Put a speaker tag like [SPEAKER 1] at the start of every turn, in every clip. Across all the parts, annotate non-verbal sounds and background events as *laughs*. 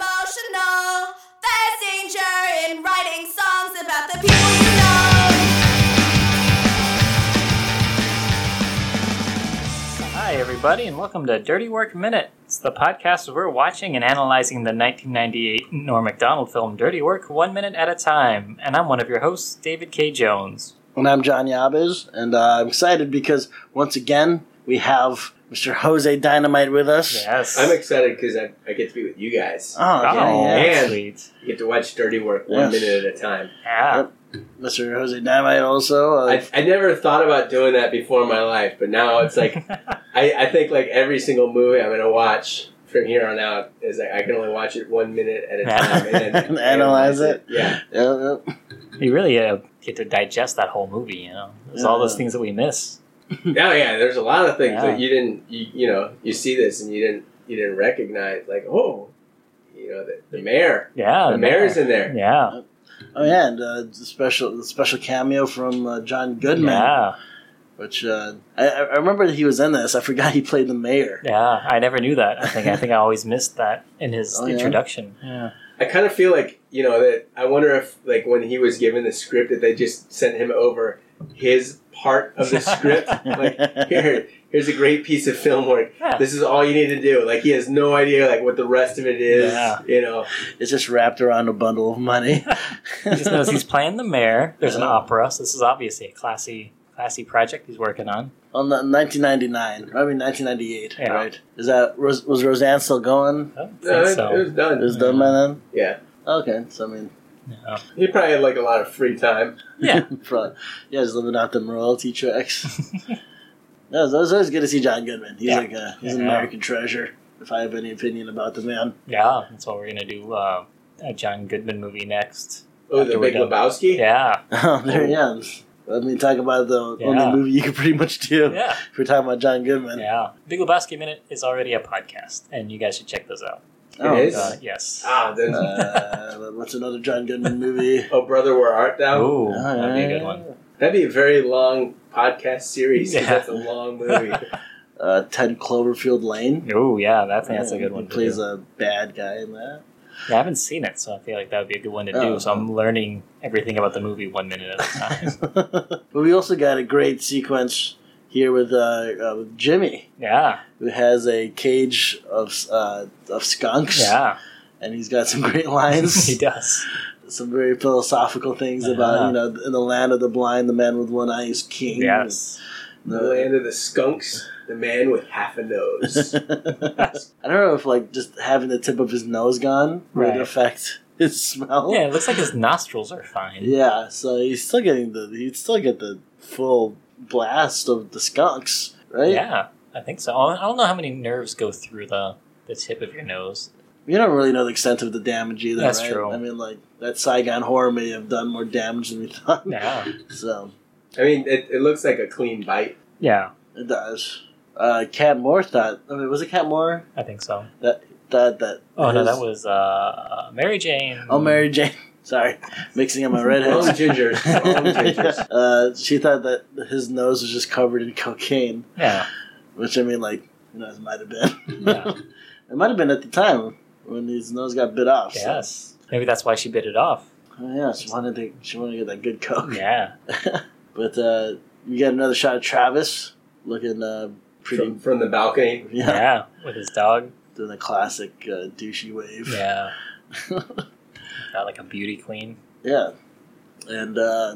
[SPEAKER 1] emotional. There's danger in writing songs about the people you know.
[SPEAKER 2] Hi, everybody, and welcome to Dirty Work Minute. It's the podcast where we're watching and analyzing the 1998 Norm MacDonald film Dirty Work one minute at a time. And I'm one of your hosts, David K. Jones.
[SPEAKER 3] And I'm John Yabes, and uh, I'm excited because once again we have Mr. Jose Dynamite with us.
[SPEAKER 2] Yes.
[SPEAKER 4] I'm excited because I, I get to be with you guys.
[SPEAKER 3] Oh, yeah, yeah.
[SPEAKER 4] man.
[SPEAKER 2] sweet.
[SPEAKER 4] You get to watch Dirty Work
[SPEAKER 3] Yes.
[SPEAKER 4] one minute at a time.
[SPEAKER 2] Yeah.
[SPEAKER 3] Mr. Jose Dynamite also. Uh,
[SPEAKER 4] I, I never thought about doing that before in my life, but now
[SPEAKER 2] *laughs*
[SPEAKER 4] it's like I, I think like every single movie I'm gonna watch from here on out is like I can only watch it one minute at a
[SPEAKER 2] Yeah.
[SPEAKER 4] time and, then
[SPEAKER 3] And analyze it.
[SPEAKER 4] Yeah,
[SPEAKER 3] yeah, yeah.
[SPEAKER 2] you really uh, get to digest that whole movie, you know? There's all those
[SPEAKER 3] Yeah.
[SPEAKER 2] things that we miss.
[SPEAKER 4] yeah, Oh, yeah. There's a lot of things
[SPEAKER 2] Yeah.
[SPEAKER 4] that you didn't you you know you see this and you didn't you didn't recognize like oh you know the, the mayor
[SPEAKER 2] Oh, Yeah.
[SPEAKER 4] the mayor's in there
[SPEAKER 2] Yeah.
[SPEAKER 3] *laughs* Oh yeah, and uh, the special the special cameo from uh, John Goodman,
[SPEAKER 2] Yeah.
[SPEAKER 3] which uh, I, I remember he was in this. I forgot he played the mayor.
[SPEAKER 2] Yeah. I never knew that. I think I think I always missed that in his
[SPEAKER 3] Oh, yeah?
[SPEAKER 2] introduction. Yeah.
[SPEAKER 4] I kind of feel like you know that I wonder if like when he was given the script that they just sent him over his part of
[SPEAKER 2] *laughs*
[SPEAKER 4] the script like here here's a great piece of film work
[SPEAKER 2] Yeah.
[SPEAKER 4] this is all you need to do like he has no idea like what the rest of it is
[SPEAKER 2] Yeah.
[SPEAKER 4] you know
[SPEAKER 3] It's just wrapped around a bundle of money.
[SPEAKER 2] He just knows he's playing the mayor. There's an
[SPEAKER 3] Yeah.
[SPEAKER 2] opera, so this is obviously a classy classy project he's working on.
[SPEAKER 3] *laughs* on the 1999, I mean 1998,
[SPEAKER 2] Yeah.
[SPEAKER 3] right? Is that was, was Roseanne still going?
[SPEAKER 2] I don't
[SPEAKER 4] No,
[SPEAKER 2] think
[SPEAKER 4] Uh, it, it
[SPEAKER 2] so.
[SPEAKER 4] was done
[SPEAKER 3] It was done by then.
[SPEAKER 4] yeah
[SPEAKER 3] Okay, so I mean, *laughs*
[SPEAKER 2] No.
[SPEAKER 4] he probably had like a lot of free time
[SPEAKER 2] Yeah.
[SPEAKER 3] Pro- yeah, he's living out them royalty
[SPEAKER 2] *laughs*
[SPEAKER 3] checks. no, it's always, always good to see John Goodman. He's
[SPEAKER 2] Yeah.
[SPEAKER 3] like a, he's an
[SPEAKER 2] Yeah.
[SPEAKER 3] American treasure. If I have any opinion about the man,
[SPEAKER 2] *laughs* Yeah, that's what we're gonna do. Uh, a John Goodman movie next.
[SPEAKER 4] oh
[SPEAKER 2] After
[SPEAKER 4] the
[SPEAKER 2] we're
[SPEAKER 4] Big
[SPEAKER 2] done.
[SPEAKER 4] Lebowski
[SPEAKER 2] Yeah,
[SPEAKER 3] oh, *laughs* there he is. Let me talk about the
[SPEAKER 2] Yeah.
[SPEAKER 3] only movie you can pretty much do.
[SPEAKER 2] yeah,
[SPEAKER 3] If we're talking about John Goodman,
[SPEAKER 2] yeah. Big Lebowski Minute is already a podcast, and you guys should check those out.
[SPEAKER 3] Oh,
[SPEAKER 4] It is?
[SPEAKER 2] Uh,
[SPEAKER 4] *laughs*
[SPEAKER 2] yes.
[SPEAKER 4] ah then
[SPEAKER 3] uh, what's another John Goodman movie?
[SPEAKER 4] oh brother where art thou
[SPEAKER 2] Ooh,
[SPEAKER 3] Oh,
[SPEAKER 2] that'd be a
[SPEAKER 3] yeah.
[SPEAKER 2] good one.
[SPEAKER 4] that'd be a very long podcast series 'cause
[SPEAKER 2] Yeah.
[SPEAKER 4] that's a
[SPEAKER 2] *laughs*
[SPEAKER 4] long movie
[SPEAKER 3] Uh, Ted Cloverfield Lane.
[SPEAKER 2] Ooh, yeah, that's that's a good one.
[SPEAKER 3] He
[SPEAKER 2] to
[SPEAKER 3] plays
[SPEAKER 2] do.
[SPEAKER 3] a bad guy in that.
[SPEAKER 2] Yeah, I haven't seen it, so I feel like that would be a good one to do.
[SPEAKER 3] Oh.
[SPEAKER 2] So I'm learning everything about the movie one minute at a
[SPEAKER 4] *laughs*
[SPEAKER 2] time.
[SPEAKER 3] *laughs* but we also got a great sequence here with uh, uh, with Jimmy,
[SPEAKER 2] yeah,
[SPEAKER 3] who has a cage of uh, of skunks.
[SPEAKER 2] yeah,
[SPEAKER 3] and he's got some
[SPEAKER 2] *laughs*
[SPEAKER 3] great
[SPEAKER 2] he
[SPEAKER 3] lines,
[SPEAKER 2] does. Uh-huh.
[SPEAKER 3] some very philosophical things about you know in the land of the blind, the man with one eye is king.
[SPEAKER 2] Yes.
[SPEAKER 4] the
[SPEAKER 3] The-
[SPEAKER 4] land of the skunks the man with half a nose
[SPEAKER 3] *laughs* I don't know if like just having the tip of his nose gone
[SPEAKER 2] Right.
[SPEAKER 3] would affect *laughs* his smell.
[SPEAKER 2] Yeah, it looks like his nostrils are fine.
[SPEAKER 3] Yeah, so he's still getting the he'd still get the full blast of the skunks, right?
[SPEAKER 2] Yeah, I think so. I don't know how many nerves go through the the tip of your nose.
[SPEAKER 3] You don't really know the extent of the damage either.
[SPEAKER 2] That's
[SPEAKER 3] right?
[SPEAKER 2] true.
[SPEAKER 3] I mean, like that Saigon horror may have done more damage than we thought.
[SPEAKER 2] Yeah.
[SPEAKER 3] *laughs* So
[SPEAKER 4] I mean, it, it looks like a clean bite.
[SPEAKER 2] Yeah,
[SPEAKER 3] it does. Uh, Cat Moore thought. I mean, was it Cat Moore
[SPEAKER 2] I think so.
[SPEAKER 3] that that?
[SPEAKER 2] Oh no,
[SPEAKER 3] his-
[SPEAKER 2] that was uh, Mary Jane.
[SPEAKER 3] Oh, Mary Jane. *laughs* Sorry,
[SPEAKER 2] *laughs*
[SPEAKER 3] mixing up my
[SPEAKER 4] Wrong
[SPEAKER 3] redheads. *laughs*
[SPEAKER 4] gingers. Wrong gingers.
[SPEAKER 3] uh, she thought that his nose was just covered in cocaine,
[SPEAKER 2] Yeah,
[SPEAKER 3] which I mean, like, you know, it might have been.
[SPEAKER 2] Yeah.
[SPEAKER 3] *laughs* it might have been at the time when his nose got bit off. so-
[SPEAKER 2] yes. Maybe that's why she bit it off.
[SPEAKER 3] Oh, yeah, she wanted to. She wanted to get that good coke.
[SPEAKER 2] Yeah.
[SPEAKER 3] *laughs* But uh, you got another shot of Travis looking uh, pretty.
[SPEAKER 4] From, from the balcony.
[SPEAKER 3] *laughs* Yeah,
[SPEAKER 2] Yeah, with his
[SPEAKER 3] *laughs*
[SPEAKER 2] dog.
[SPEAKER 3] doing a classic uh, douchey wave.
[SPEAKER 2] Yeah. Got like a beauty queen.
[SPEAKER 3] *laughs* Yeah. And uh,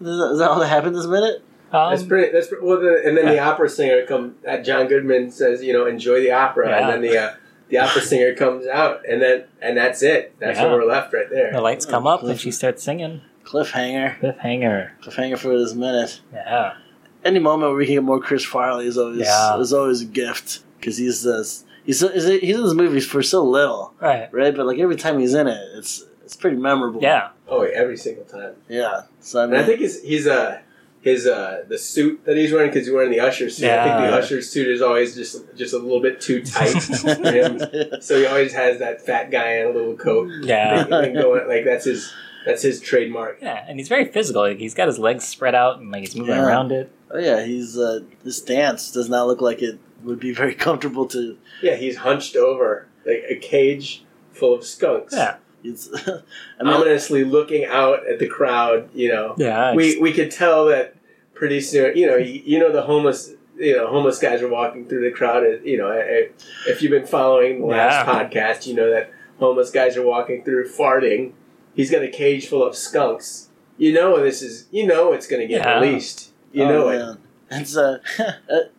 [SPEAKER 3] is that, is that all that happened this minute?
[SPEAKER 2] Um,
[SPEAKER 4] That's pretty. That's pretty, well. The, and then the opera singer come. Uh, John Goodman says, you know, enjoy the opera,
[SPEAKER 2] Yeah.
[SPEAKER 4] and then the uh, the
[SPEAKER 2] *laughs*
[SPEAKER 4] opera singer comes out, and then and that's it. That's
[SPEAKER 2] Yeah.
[SPEAKER 4] where we're left right there.
[SPEAKER 2] the lights come up and she starts singing.
[SPEAKER 3] Cliffhanger.
[SPEAKER 2] Cliffhanger.
[SPEAKER 3] Cliffhanger for this minute.
[SPEAKER 2] Yeah.
[SPEAKER 3] Any moment where we can get more Chris Farley is always
[SPEAKER 2] Yeah.
[SPEAKER 3] is always a gift because he's this he's so, is it, he's in this movie for so little,
[SPEAKER 2] Right.
[SPEAKER 3] right? But like every time he's in it, it's it's pretty memorable.
[SPEAKER 2] Yeah.
[SPEAKER 4] Oh, every single time.
[SPEAKER 3] yeah. So I
[SPEAKER 4] And I
[SPEAKER 3] mean, *laughs*
[SPEAKER 4] think *laughs* his he's uh, his uh, the suit that he's wearing because he's wearing the usher suit. I think
[SPEAKER 2] Yeah.
[SPEAKER 4] the usher suit is always just just a little bit too
[SPEAKER 2] *laughs*
[SPEAKER 4] tight for him. So he always has that fat guy in a little coat.
[SPEAKER 2] Yeah.
[SPEAKER 4] Thing- thing going, like that's his that's his trademark.
[SPEAKER 2] Yeah, and he's very physical. Like, he's got his legs spread out and like he's moving
[SPEAKER 3] Yeah.
[SPEAKER 2] around it.
[SPEAKER 3] oh yeah, he's uh, his stance does not look like it would be very *laughs* comfortable to
[SPEAKER 4] Yeah, he's hunched over like a cage full of skunks.
[SPEAKER 2] Yeah.
[SPEAKER 3] It's, *laughs* I mean,
[SPEAKER 4] Ominously looking out at the crowd, you know.
[SPEAKER 2] Yeah.
[SPEAKER 4] We we could tell that pretty soon, you know, you, you know the homeless you know, homeless guys are walking through the crowd. uh, You know, I- I- if you've been following the last
[SPEAKER 2] Yeah.
[SPEAKER 4] podcast, you know that homeless guys are walking through farting. He's got a cage full of skunks. You know, this is you know it's going to get
[SPEAKER 2] Yeah.
[SPEAKER 4] released. You
[SPEAKER 3] oh,
[SPEAKER 4] know it.
[SPEAKER 3] man. It's uh, *laughs*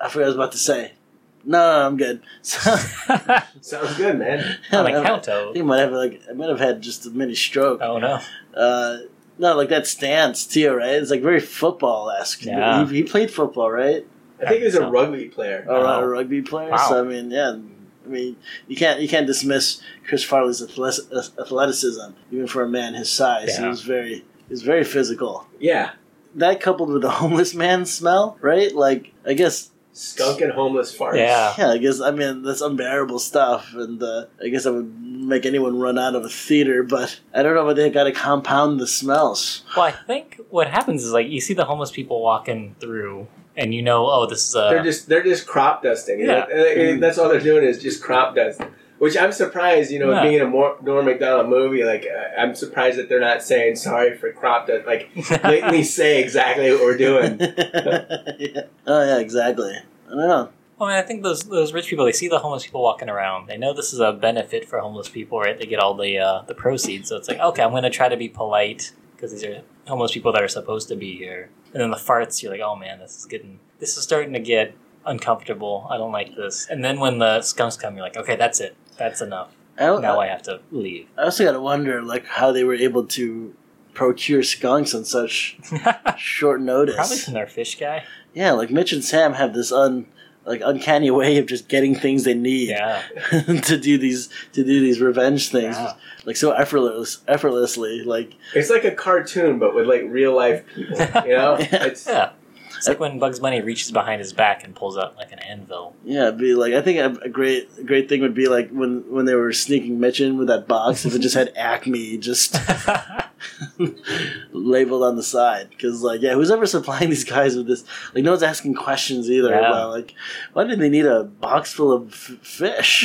[SPEAKER 3] I forgot what I was about to say. No, no, no I'm good. *laughs* So,
[SPEAKER 2] *laughs*
[SPEAKER 4] Sounds good, man.
[SPEAKER 2] on
[SPEAKER 3] I *laughs*
[SPEAKER 2] account of.
[SPEAKER 4] *laughs*
[SPEAKER 3] think I might have like I might have had just a mini stroke.
[SPEAKER 2] Oh no.
[SPEAKER 3] Uh, no, like that stance too, right? It's like very football esque.
[SPEAKER 2] Yeah.
[SPEAKER 3] He, he played football, right?
[SPEAKER 4] I think he was a
[SPEAKER 2] So-
[SPEAKER 4] rugby player.
[SPEAKER 3] Or
[SPEAKER 2] Wow.
[SPEAKER 3] a rugby player.
[SPEAKER 2] Wow.
[SPEAKER 3] So I mean, yeah. I mean, you can't you can't dismiss Chris Farley's athles- athleticism, even for a man his size. He
[SPEAKER 2] Yeah.
[SPEAKER 3] was very he was very physical.
[SPEAKER 4] Yeah,
[SPEAKER 3] That coupled with the *laughs* homeless man smell, right? Like I guess
[SPEAKER 4] skunk and homeless farts.
[SPEAKER 2] Yeah.
[SPEAKER 3] yeah, I guess I mean that's unbearable stuff, and uh, I guess I would make anyone run out of a theater. But I don't know, but they got to compound the smells.
[SPEAKER 2] Well, I think what happens is like you see the homeless people walking through, and you know, oh, this is a.
[SPEAKER 4] They're just they're just crop dusting.
[SPEAKER 2] Yeah.
[SPEAKER 4] And that- and that's all they're doing is just crop dusting. Which I'm surprised, you know,
[SPEAKER 2] Yeah.
[SPEAKER 4] being in a Mor- Norm Macdonald movie, like uh, I'm surprised that they're not saying sorry for crop dust. Like
[SPEAKER 2] *laughs*
[SPEAKER 4] blatantly say exactly what we're doing.
[SPEAKER 3] *laughs* Yeah. Oh yeah, exactly. I don't know.
[SPEAKER 2] Well, I, mean, I think those those rich people they see the homeless people walking around. They know this is a benefit for homeless people, right? They get all the uh, the proceeds, so it's like, okay, I'm going to try to be polite because these are homeless people that are supposed to be here. And then the farts, you're like, oh man, this is getting this is starting to get uncomfortable. I don't like this. And then when the skunks come, you're like, okay, that's it, that's enough.
[SPEAKER 3] I don't,
[SPEAKER 2] Now I have to leave.
[SPEAKER 3] I also got to wonder, like, how they were able to procure skunks on such
[SPEAKER 2] *laughs* Probably
[SPEAKER 3] short notice.
[SPEAKER 2] from their fish guy.
[SPEAKER 3] Yeah, like Mitch and Sam have this un, like, uncanny way of just getting things they need
[SPEAKER 2] Yeah,
[SPEAKER 3] *laughs* to do these to do these revenge things,
[SPEAKER 2] Yeah.
[SPEAKER 3] like so effortless, effortlessly. Like,
[SPEAKER 4] It's like a cartoon, but with like real life people. You know,
[SPEAKER 2] *laughs*
[SPEAKER 4] it's
[SPEAKER 2] yeah. It's like when Bugs Bunny reaches behind his back and pulls out like an anvil.
[SPEAKER 3] yeah, it'd be like I think a, a great a great thing would be like when when they were sneaking Mitch in with that box, if it just had *laughs* Acme just labeled on the side because like yeah who's ever supplying *laughs* these guys with this like no one's asking questions either
[SPEAKER 2] Yeah.
[SPEAKER 3] about like why did they need a box full of f- fish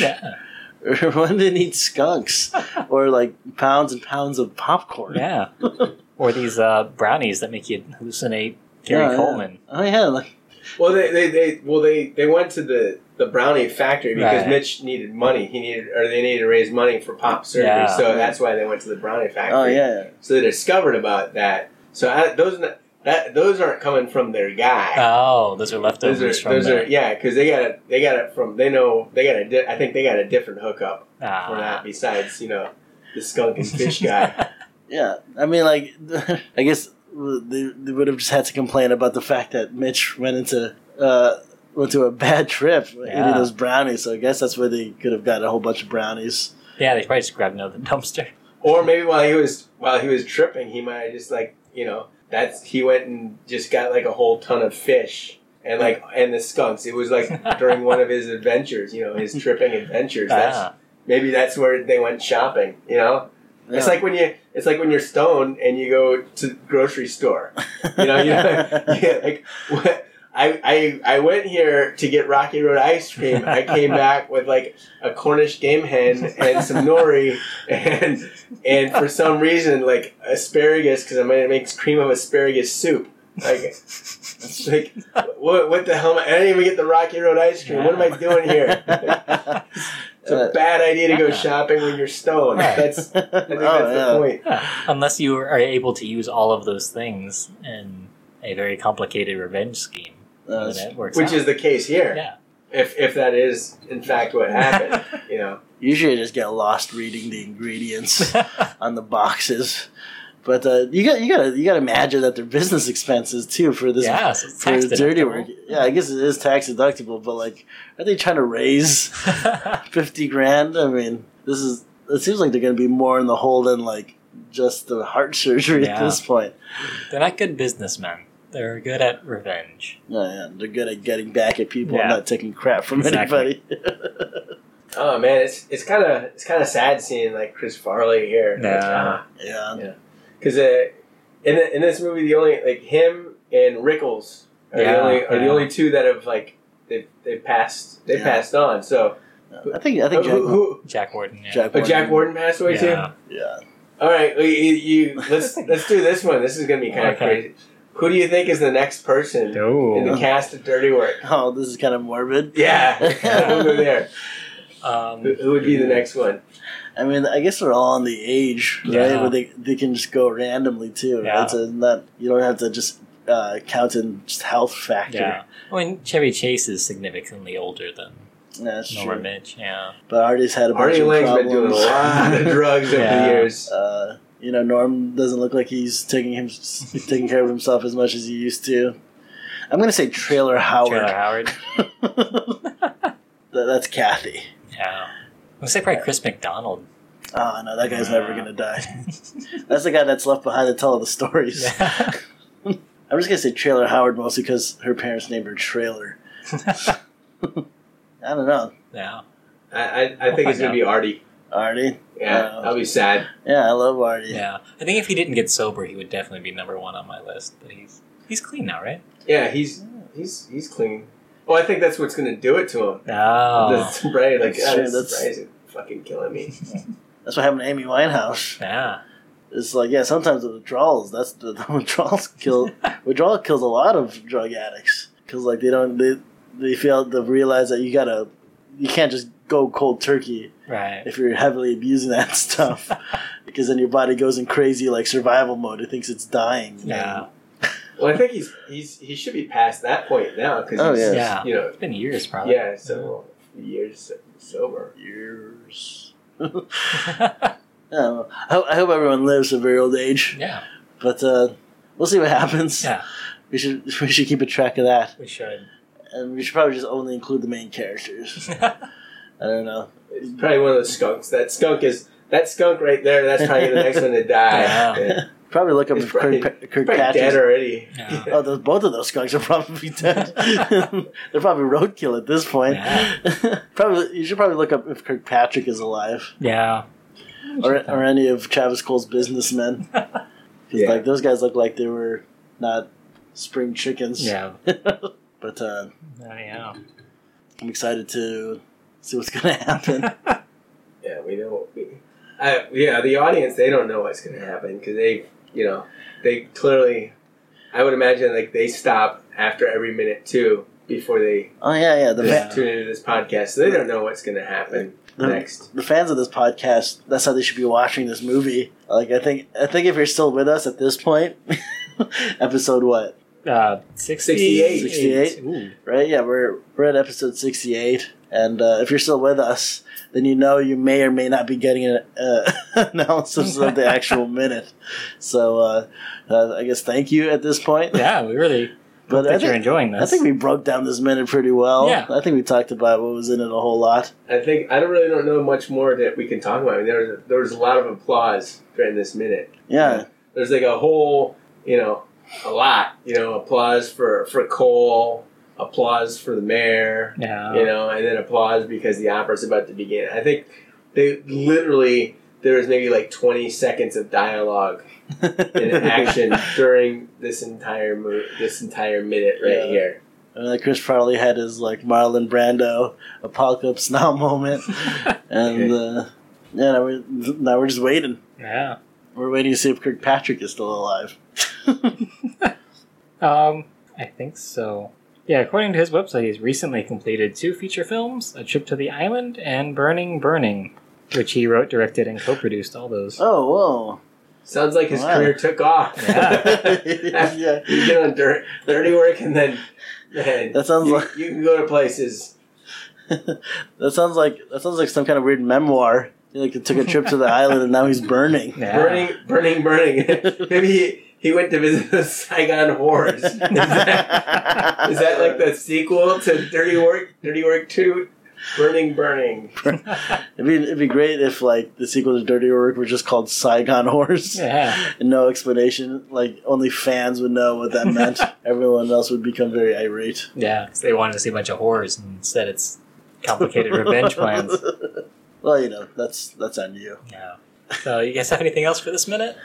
[SPEAKER 2] *laughs* yeah,
[SPEAKER 3] *laughs* or why did they need skunks or like pounds and pounds of popcorn *laughs* Oh,
[SPEAKER 2] yeah. or these uh, brownies that make you hallucinate Gary
[SPEAKER 3] Yeah, yeah.
[SPEAKER 2] Coleman.
[SPEAKER 3] oh yeah like
[SPEAKER 4] well, they, they, they well they they went to the the brownie factory because
[SPEAKER 2] Right.
[SPEAKER 4] Mitch needed money. He needed or they needed to raise money for pop surgery,
[SPEAKER 2] Yeah.
[SPEAKER 4] so that's why they went to the brownie factory.
[SPEAKER 3] oh yeah
[SPEAKER 4] So they discovered about that. So I, those n- that those aren't coming from their guy.
[SPEAKER 2] Oh, those are leftovers
[SPEAKER 4] those are
[SPEAKER 2] from
[SPEAKER 4] those
[SPEAKER 2] there.
[SPEAKER 4] are yeah, because they got it. They got it from they know they got a. Di- I think they got a different hookup
[SPEAKER 2] *laughs* Ah.
[SPEAKER 4] for that besides you know the skunk and
[SPEAKER 2] *laughs*
[SPEAKER 4] fish guy.
[SPEAKER 3] yeah I mean like *laughs* I guess they, they would have just had to complain about the fact that Mitch went into uh went to a bad trip
[SPEAKER 2] Yeah.
[SPEAKER 3] eating those brownies so I guess that's where they could have got a whole bunch of brownies
[SPEAKER 2] yeah, they probably just grabbed another dumpster.
[SPEAKER 4] Or maybe while he was while he was tripping, he might have just like you know that's he went and just got like a whole ton of fish and like and the skunks. It was like during one
[SPEAKER 2] *laughs*
[SPEAKER 4] of his adventures, you know, his tripping adventures. That's
[SPEAKER 2] Ah.
[SPEAKER 4] maybe that's where they went shopping. You know, it's
[SPEAKER 3] Yeah.
[SPEAKER 4] like when you it's like when you're stoned and you go to the grocery store. *laughs* You know,
[SPEAKER 2] *laughs*
[SPEAKER 3] *laughs*
[SPEAKER 4] you yeah, like what. I, I, I went here to get Rocky Road ice cream. I
[SPEAKER 2] *laughs*
[SPEAKER 4] came back with like a Cornish game hen and some nori and and for some reason like asparagus because I'm gonna make cream of asparagus soup. Like, like what what the hell? Am I, I didn't even get the Rocky Road ice cream. What am I
[SPEAKER 2] *laughs*
[SPEAKER 4] doing *laughs* here? It's a bad idea to go
[SPEAKER 2] Yeah.
[SPEAKER 4] shopping when you're stoned.
[SPEAKER 2] Right.
[SPEAKER 4] That's I
[SPEAKER 3] oh,
[SPEAKER 4] think that's the point.
[SPEAKER 2] Yeah. *laughs* Unless you are able to use all of those things in a very complicated revenge scheme,
[SPEAKER 3] Uh,
[SPEAKER 2] then it works.
[SPEAKER 4] Which
[SPEAKER 2] out.
[SPEAKER 4] is the case here.
[SPEAKER 2] yeah,
[SPEAKER 4] If if that is in fact
[SPEAKER 2] *laughs*
[SPEAKER 4] what happened, you know.
[SPEAKER 3] usually I just get lost reading the
[SPEAKER 2] *laughs*
[SPEAKER 3] ingredients on the boxes. But uh, you got you got to you got to imagine that they're business expenses too for this
[SPEAKER 2] yeah. So it's
[SPEAKER 3] for
[SPEAKER 2] tax
[SPEAKER 3] dirty
[SPEAKER 2] deductible.
[SPEAKER 3] work. Yeah, I guess it is tax deductible, but like, are they trying to raise fifty grand? I mean, this is it seems like they're going to be more in the hole than like just the heart *laughs* surgery at
[SPEAKER 2] Yeah.
[SPEAKER 3] this point.
[SPEAKER 2] *laughs* They're not good businessmen. They're good at revenge.
[SPEAKER 3] Yeah, yeah, they're good at getting back at people and
[SPEAKER 2] Yeah.
[SPEAKER 3] not taking crap from
[SPEAKER 2] Exactly.
[SPEAKER 3] anybody. *laughs*
[SPEAKER 4] Oh man, it's it's kind of it's kind of sad seeing like Chris Farley here.
[SPEAKER 2] Yeah.
[SPEAKER 3] yeah,
[SPEAKER 4] because uh, in the, in this movie, the only like him and Rickles are
[SPEAKER 2] Yeah,
[SPEAKER 4] the only are
[SPEAKER 2] yeah.
[SPEAKER 4] the only two that have like they they passed they
[SPEAKER 3] Yeah.
[SPEAKER 4] passed on. So
[SPEAKER 3] I think I think Jack.
[SPEAKER 4] Uh, who, who,
[SPEAKER 2] Jack Warden. Yeah.
[SPEAKER 3] Jack
[SPEAKER 4] uh, Jack Warden passed away
[SPEAKER 2] Yeah.
[SPEAKER 4] too.
[SPEAKER 3] Yeah.
[SPEAKER 4] All right, you, you
[SPEAKER 2] *laughs*
[SPEAKER 4] let's let's do this one. This is gonna be kind of
[SPEAKER 2] Okay.
[SPEAKER 4] crazy. Who do you think is the next person in the
[SPEAKER 2] No.
[SPEAKER 4] cast of Dirty Work?
[SPEAKER 3] Oh, this is kind of morbid.
[SPEAKER 2] *laughs*
[SPEAKER 4] Yeah, *laughs*
[SPEAKER 3] *laughs*
[SPEAKER 4] over there. Who,
[SPEAKER 2] Um,
[SPEAKER 4] who would be the next one?
[SPEAKER 3] I mean, I guess they're all on the age, right?
[SPEAKER 2] Yeah.
[SPEAKER 3] Where they they can just go randomly too.
[SPEAKER 2] Yeah.
[SPEAKER 3] Right? So not you don't have to just uh, count in just health factor.
[SPEAKER 2] yeah. I mean, Chevy Chase is significantly older than
[SPEAKER 3] That's
[SPEAKER 2] Norma
[SPEAKER 3] true.
[SPEAKER 2] Mitch. Yeah.
[SPEAKER 3] But Artie's had a bunch of
[SPEAKER 4] Artie Lang's been
[SPEAKER 3] problems.
[SPEAKER 4] doing a lot
[SPEAKER 3] *laughs*
[SPEAKER 4] of drugs over the
[SPEAKER 2] Yeah.
[SPEAKER 4] years.
[SPEAKER 3] uh, you know, Norm doesn't look like he's taking him taking care of himself as much as he used to. I'm gonna say Trailer
[SPEAKER 2] Trailer Howard.
[SPEAKER 3] Howard. *laughs* That- that's Kathy.
[SPEAKER 2] Yeah. We'll say probably Chris
[SPEAKER 3] *laughs*
[SPEAKER 2] McDonald. *laughs*
[SPEAKER 3] Oh no, that guy's never
[SPEAKER 2] Yeah.
[SPEAKER 3] gonna die. That's the guy that's left behind to tell all the stories.
[SPEAKER 2] Yeah.
[SPEAKER 3] I'm just gonna say Trailer Howard mostly because her parents named her Trailer. I don't know,
[SPEAKER 2] yeah.
[SPEAKER 4] I, I, I think
[SPEAKER 2] We'll
[SPEAKER 4] it's gonna
[SPEAKER 2] find
[SPEAKER 4] be Artie.
[SPEAKER 3] Artie.
[SPEAKER 4] Yeah,
[SPEAKER 3] Oh.
[SPEAKER 4] I'll be sad.
[SPEAKER 3] Yeah, I love Artie.
[SPEAKER 2] Yeah. I think if he didn't get sober, he would definitely be number one on my list. But he's he's clean now, right?
[SPEAKER 4] Yeah, he's he's he's clean. Well, I think that's what's gonna do it to him.
[SPEAKER 2] Oh.
[SPEAKER 4] That's right. Like
[SPEAKER 3] That's
[SPEAKER 4] that's,
[SPEAKER 3] true,
[SPEAKER 4] that's,
[SPEAKER 3] that's-
[SPEAKER 4] fucking killing me.
[SPEAKER 3] That's what happened to Amy Winehouse.
[SPEAKER 2] Yeah.
[SPEAKER 3] It's like yeah, sometimes the withdrawals. That's the, *laughs* the withdrawals kill. withdrawal kills a lot of drug addicts because like they don't they they feel they realize that you gotta you can't just go cold turkey
[SPEAKER 2] *laughs* Right.
[SPEAKER 3] if you're heavily abusing that *laughs* stuff because then your body goes in crazy like survival mode. It thinks it's dying.
[SPEAKER 2] Yeah.
[SPEAKER 4] Well, I think he's he's he should be past that point now because
[SPEAKER 3] Oh,
[SPEAKER 4] he's
[SPEAKER 2] yeah.
[SPEAKER 4] you know
[SPEAKER 2] It's been years, probably.
[SPEAKER 4] yeah so years sober.
[SPEAKER 3] years. *laughs*
[SPEAKER 2] *laughs* Yeah.
[SPEAKER 3] I, don't know. Um, I, hope- I hope everyone lives to a very old age,
[SPEAKER 2] yeah.
[SPEAKER 3] but uh, we'll see what happens.
[SPEAKER 2] Yeah.
[SPEAKER 3] We should *laughs* we should keep a track of that,
[SPEAKER 2] We should.
[SPEAKER 3] and we should probably just only include the main characters. I don't know.
[SPEAKER 4] It's probably one of those skunks. That skunk is that skunk right there. That's probably the next one to die.
[SPEAKER 2] Yeah.
[SPEAKER 4] Yeah.
[SPEAKER 3] *laughs* Probably look up
[SPEAKER 4] It's
[SPEAKER 3] Kirk,
[SPEAKER 4] probably-
[SPEAKER 3] Pa- Kirk
[SPEAKER 4] Probably dead
[SPEAKER 3] Patrick.
[SPEAKER 4] already. *laughs*
[SPEAKER 2] Yeah.
[SPEAKER 3] Oh, those, both of those skunks are probably dead. *laughs* They're probably roadkill at this point. *laughs* probably you should probably look up if Kirkpatrick is alive
[SPEAKER 2] *laughs* yeah.
[SPEAKER 3] or *laughs* or any of Travis Cole's businessmen. 'Cause,
[SPEAKER 4] Yeah.
[SPEAKER 3] like those guys look like they were not spring chickens.
[SPEAKER 2] Yeah.
[SPEAKER 3] *laughs* But uh,
[SPEAKER 2] Yeah.
[SPEAKER 3] I'm excited to see what's *laughs* gonna happen.
[SPEAKER 4] Yeah, we know. We, I, yeah, the audience they don't know what's going to happen because they, you know, they clearly. I would imagine like they stop after every minute too before they
[SPEAKER 3] oh yeah, yeah. The,
[SPEAKER 4] just
[SPEAKER 3] fa-
[SPEAKER 2] Yeah.
[SPEAKER 4] tune into this podcast. So they don't know what's going to happen
[SPEAKER 3] the
[SPEAKER 4] next.
[SPEAKER 3] the fans of this podcast. That's how they should be watching this movie. Like I think I think if you're still with us at this point, *laughs* episode what
[SPEAKER 2] *laughs* Uh, 60,
[SPEAKER 4] 68.
[SPEAKER 3] 68.
[SPEAKER 2] Ooh.
[SPEAKER 3] right? Yeah, we're we're at episode sixty-eight, and uh, if you're still with us, then you know you may or may not be getting an uh, *laughs* analysis of
[SPEAKER 2] *laughs*
[SPEAKER 3] the actual minute. So uh, uh, I guess thank you at this point.
[SPEAKER 2] Yeah, we really
[SPEAKER 3] but I
[SPEAKER 2] that you're
[SPEAKER 3] think,
[SPEAKER 2] enjoying this.
[SPEAKER 3] I think we broke down this minute pretty well.
[SPEAKER 2] Yeah.
[SPEAKER 3] I think we talked about what was in it a whole lot.
[SPEAKER 4] I think I don't really don't know much more that we can talk about. I mean, there was there was a lot of applause during this minute.
[SPEAKER 3] Yeah,
[SPEAKER 4] There's like a whole, you know, a lot, you know, applause for for Cole, applause for the mayor,
[SPEAKER 2] yeah.
[SPEAKER 3] Oh.
[SPEAKER 4] you know, and then applause because the opera's about to begin. I think they literally there was maybe like 20 seconds of dialogue
[SPEAKER 3] *laughs*
[SPEAKER 4] and *laughs* action during this entire mo- this entire minute right
[SPEAKER 3] Yeah.
[SPEAKER 4] here.
[SPEAKER 3] And, uh, Chris probably had his like Marlon Brando apocalypse now *laughs* moment, and uh, yeah, now we're, now we're just waiting.
[SPEAKER 2] *laughs* yeah.
[SPEAKER 3] We're waiting to see if Kirkpatrick is still alive. *laughs*
[SPEAKER 2] Um, I think so. Yeah, according to his website, he's recently completed two feature films, A Trip to the Island and Burning Burning, which he wrote, directed, and co-produced all those.
[SPEAKER 3] Oh, whoa.
[SPEAKER 4] Sounds like his
[SPEAKER 3] Wow.
[SPEAKER 4] career took off.
[SPEAKER 3] *laughs* Yeah. Yeah.
[SPEAKER 4] *laughs* You get on dirt, dirty work, and then, then
[SPEAKER 3] That sounds
[SPEAKER 4] you,
[SPEAKER 3] like-
[SPEAKER 4] you can go to places.
[SPEAKER 3] *laughs* That sounds like that sounds like some kind of weird memoir. He like took a trip to the island and now he's burning.
[SPEAKER 2] Yeah.
[SPEAKER 4] Burning, burning, burning. *laughs* Maybe he, he went to visit the
[SPEAKER 3] *laughs*
[SPEAKER 4] Saigon whores. *laughs* *laughs* Is that, is that like the sequel to Dirty Work? Dirty Work Two, Burning, Burning.
[SPEAKER 3] It'd be, it'd be great if like the sequel to Dirty Work were just called Saigon Horse
[SPEAKER 2] *laughs* Yeah.
[SPEAKER 3] and no explanation. Like only fans would know what that meant. Everyone else would become very irate.
[SPEAKER 2] Yeah, 'cause they wanted to see a bunch of horrors, and instead it's
[SPEAKER 3] *laughs*
[SPEAKER 2] complicated revenge plans.
[SPEAKER 3] Well, you know that's that's on you.
[SPEAKER 2] Yeah. So, you guys have anything else for this minute?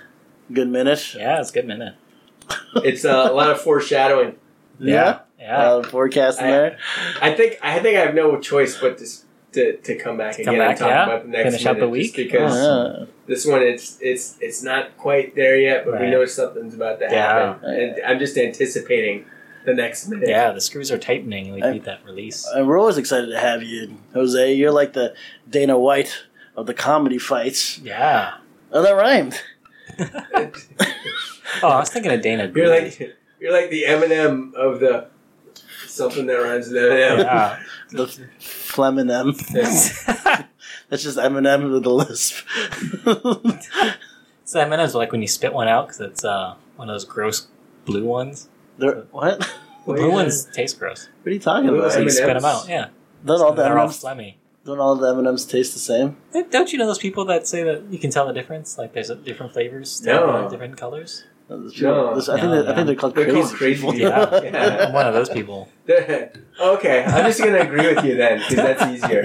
[SPEAKER 3] Good minute.
[SPEAKER 2] Yeah, it's a good minute.
[SPEAKER 3] *laughs*
[SPEAKER 4] It's uh, a lot of foreshadowing.
[SPEAKER 2] Yeah. Yeah.
[SPEAKER 3] Uh, forecast in
[SPEAKER 4] I-
[SPEAKER 3] there.
[SPEAKER 4] I think I think I have no choice but to s- to, to come back
[SPEAKER 2] come
[SPEAKER 4] again
[SPEAKER 2] back,
[SPEAKER 4] and talk
[SPEAKER 2] yeah.
[SPEAKER 4] about the next
[SPEAKER 2] Finish up
[SPEAKER 4] minute,
[SPEAKER 2] the
[SPEAKER 4] just
[SPEAKER 2] week.
[SPEAKER 4] because
[SPEAKER 3] Oh,
[SPEAKER 4] this one it's it's it's not quite there yet, but we
[SPEAKER 2] Right.
[SPEAKER 4] know something's about to
[SPEAKER 2] Yeah.
[SPEAKER 4] happen,
[SPEAKER 3] Yeah.
[SPEAKER 4] and I'm just anticipating the next minute.
[SPEAKER 2] Yeah, the screws are tightening. We
[SPEAKER 3] I-
[SPEAKER 2] need that
[SPEAKER 4] Uh,
[SPEAKER 2] release.
[SPEAKER 3] yeah. And we're always excited to have you, Jose. You're like the Dana White of the comedy fights.
[SPEAKER 2] Yeah.
[SPEAKER 3] Oh, that rhymed.
[SPEAKER 2] Oh, I was thinking of Dana.
[SPEAKER 4] *laughs* You're like you're like the Eminem of the something that runs with Eminem.
[SPEAKER 2] *laughs* Yeah.
[SPEAKER 3] The Fleminem.
[SPEAKER 4] Yeah.
[SPEAKER 3] That's just Eminem with a lisp. *laughs*
[SPEAKER 2] so that meant like when you spit one out because it's uh, one of those gross blue ones.
[SPEAKER 3] They're- what?
[SPEAKER 2] The blue ones taste gross.
[SPEAKER 3] What are you talking about?
[SPEAKER 2] So you spit
[SPEAKER 4] M&Ms.
[SPEAKER 2] them out. Yeah.
[SPEAKER 3] Don't all the
[SPEAKER 2] They're all
[SPEAKER 3] M&Ms,
[SPEAKER 2] phlegmy.
[SPEAKER 3] don't all the M&Ms taste the same?
[SPEAKER 2] Don't you know those people that say that you can tell the difference? Like there's different flavors,
[SPEAKER 4] No.
[SPEAKER 2] uh, different
[SPEAKER 4] *laughs*
[SPEAKER 2] colors.
[SPEAKER 3] There's people-
[SPEAKER 4] No.
[SPEAKER 3] there's- I, think
[SPEAKER 2] No,
[SPEAKER 3] they- I think
[SPEAKER 2] no.
[SPEAKER 3] they're called
[SPEAKER 4] They're
[SPEAKER 3] crazy.
[SPEAKER 4] called crazy
[SPEAKER 3] people.
[SPEAKER 2] Yeah.
[SPEAKER 3] *laughs*
[SPEAKER 4] Yeah.
[SPEAKER 2] I'm one of those people.
[SPEAKER 4] *laughs* okay, I'm just gonna agree with you then because that's easier.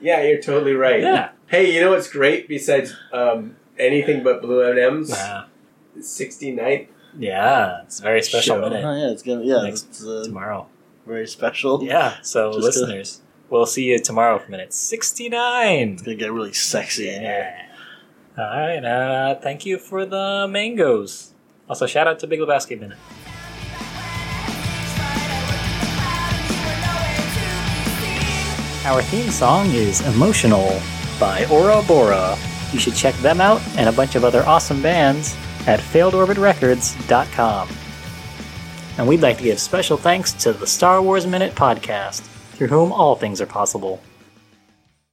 [SPEAKER 4] Yeah, you're totally
[SPEAKER 2] *laughs*
[SPEAKER 4] right.
[SPEAKER 2] Yeah.
[SPEAKER 4] Hey, you know what's great besides um, anything but blue M&Ms?
[SPEAKER 2] Nah.
[SPEAKER 4] 69th
[SPEAKER 2] yeah, it's a very special
[SPEAKER 4] Sure.
[SPEAKER 2] minute
[SPEAKER 3] Oh, yeah, it's gonna yeah,
[SPEAKER 2] Next-
[SPEAKER 3] it's uh,
[SPEAKER 2] tomorrow.
[SPEAKER 3] very special.
[SPEAKER 2] Yeah, so
[SPEAKER 3] Just gonna-
[SPEAKER 2] listeners, we'll see you tomorrow for minute
[SPEAKER 3] It's
[SPEAKER 2] 69.
[SPEAKER 3] gonna get really sexy in here.
[SPEAKER 2] Yeah. All right, uh, thank you for the mangoes. Also, shout out to Big Lebowski Minute. Our theme song is Emotional by Ora Bora. You should check them out and a bunch of other awesome bands at failedorbitrecords.com. And we'd like to give special thanks to the Star Wars Minute podcast, through whom all things are possible.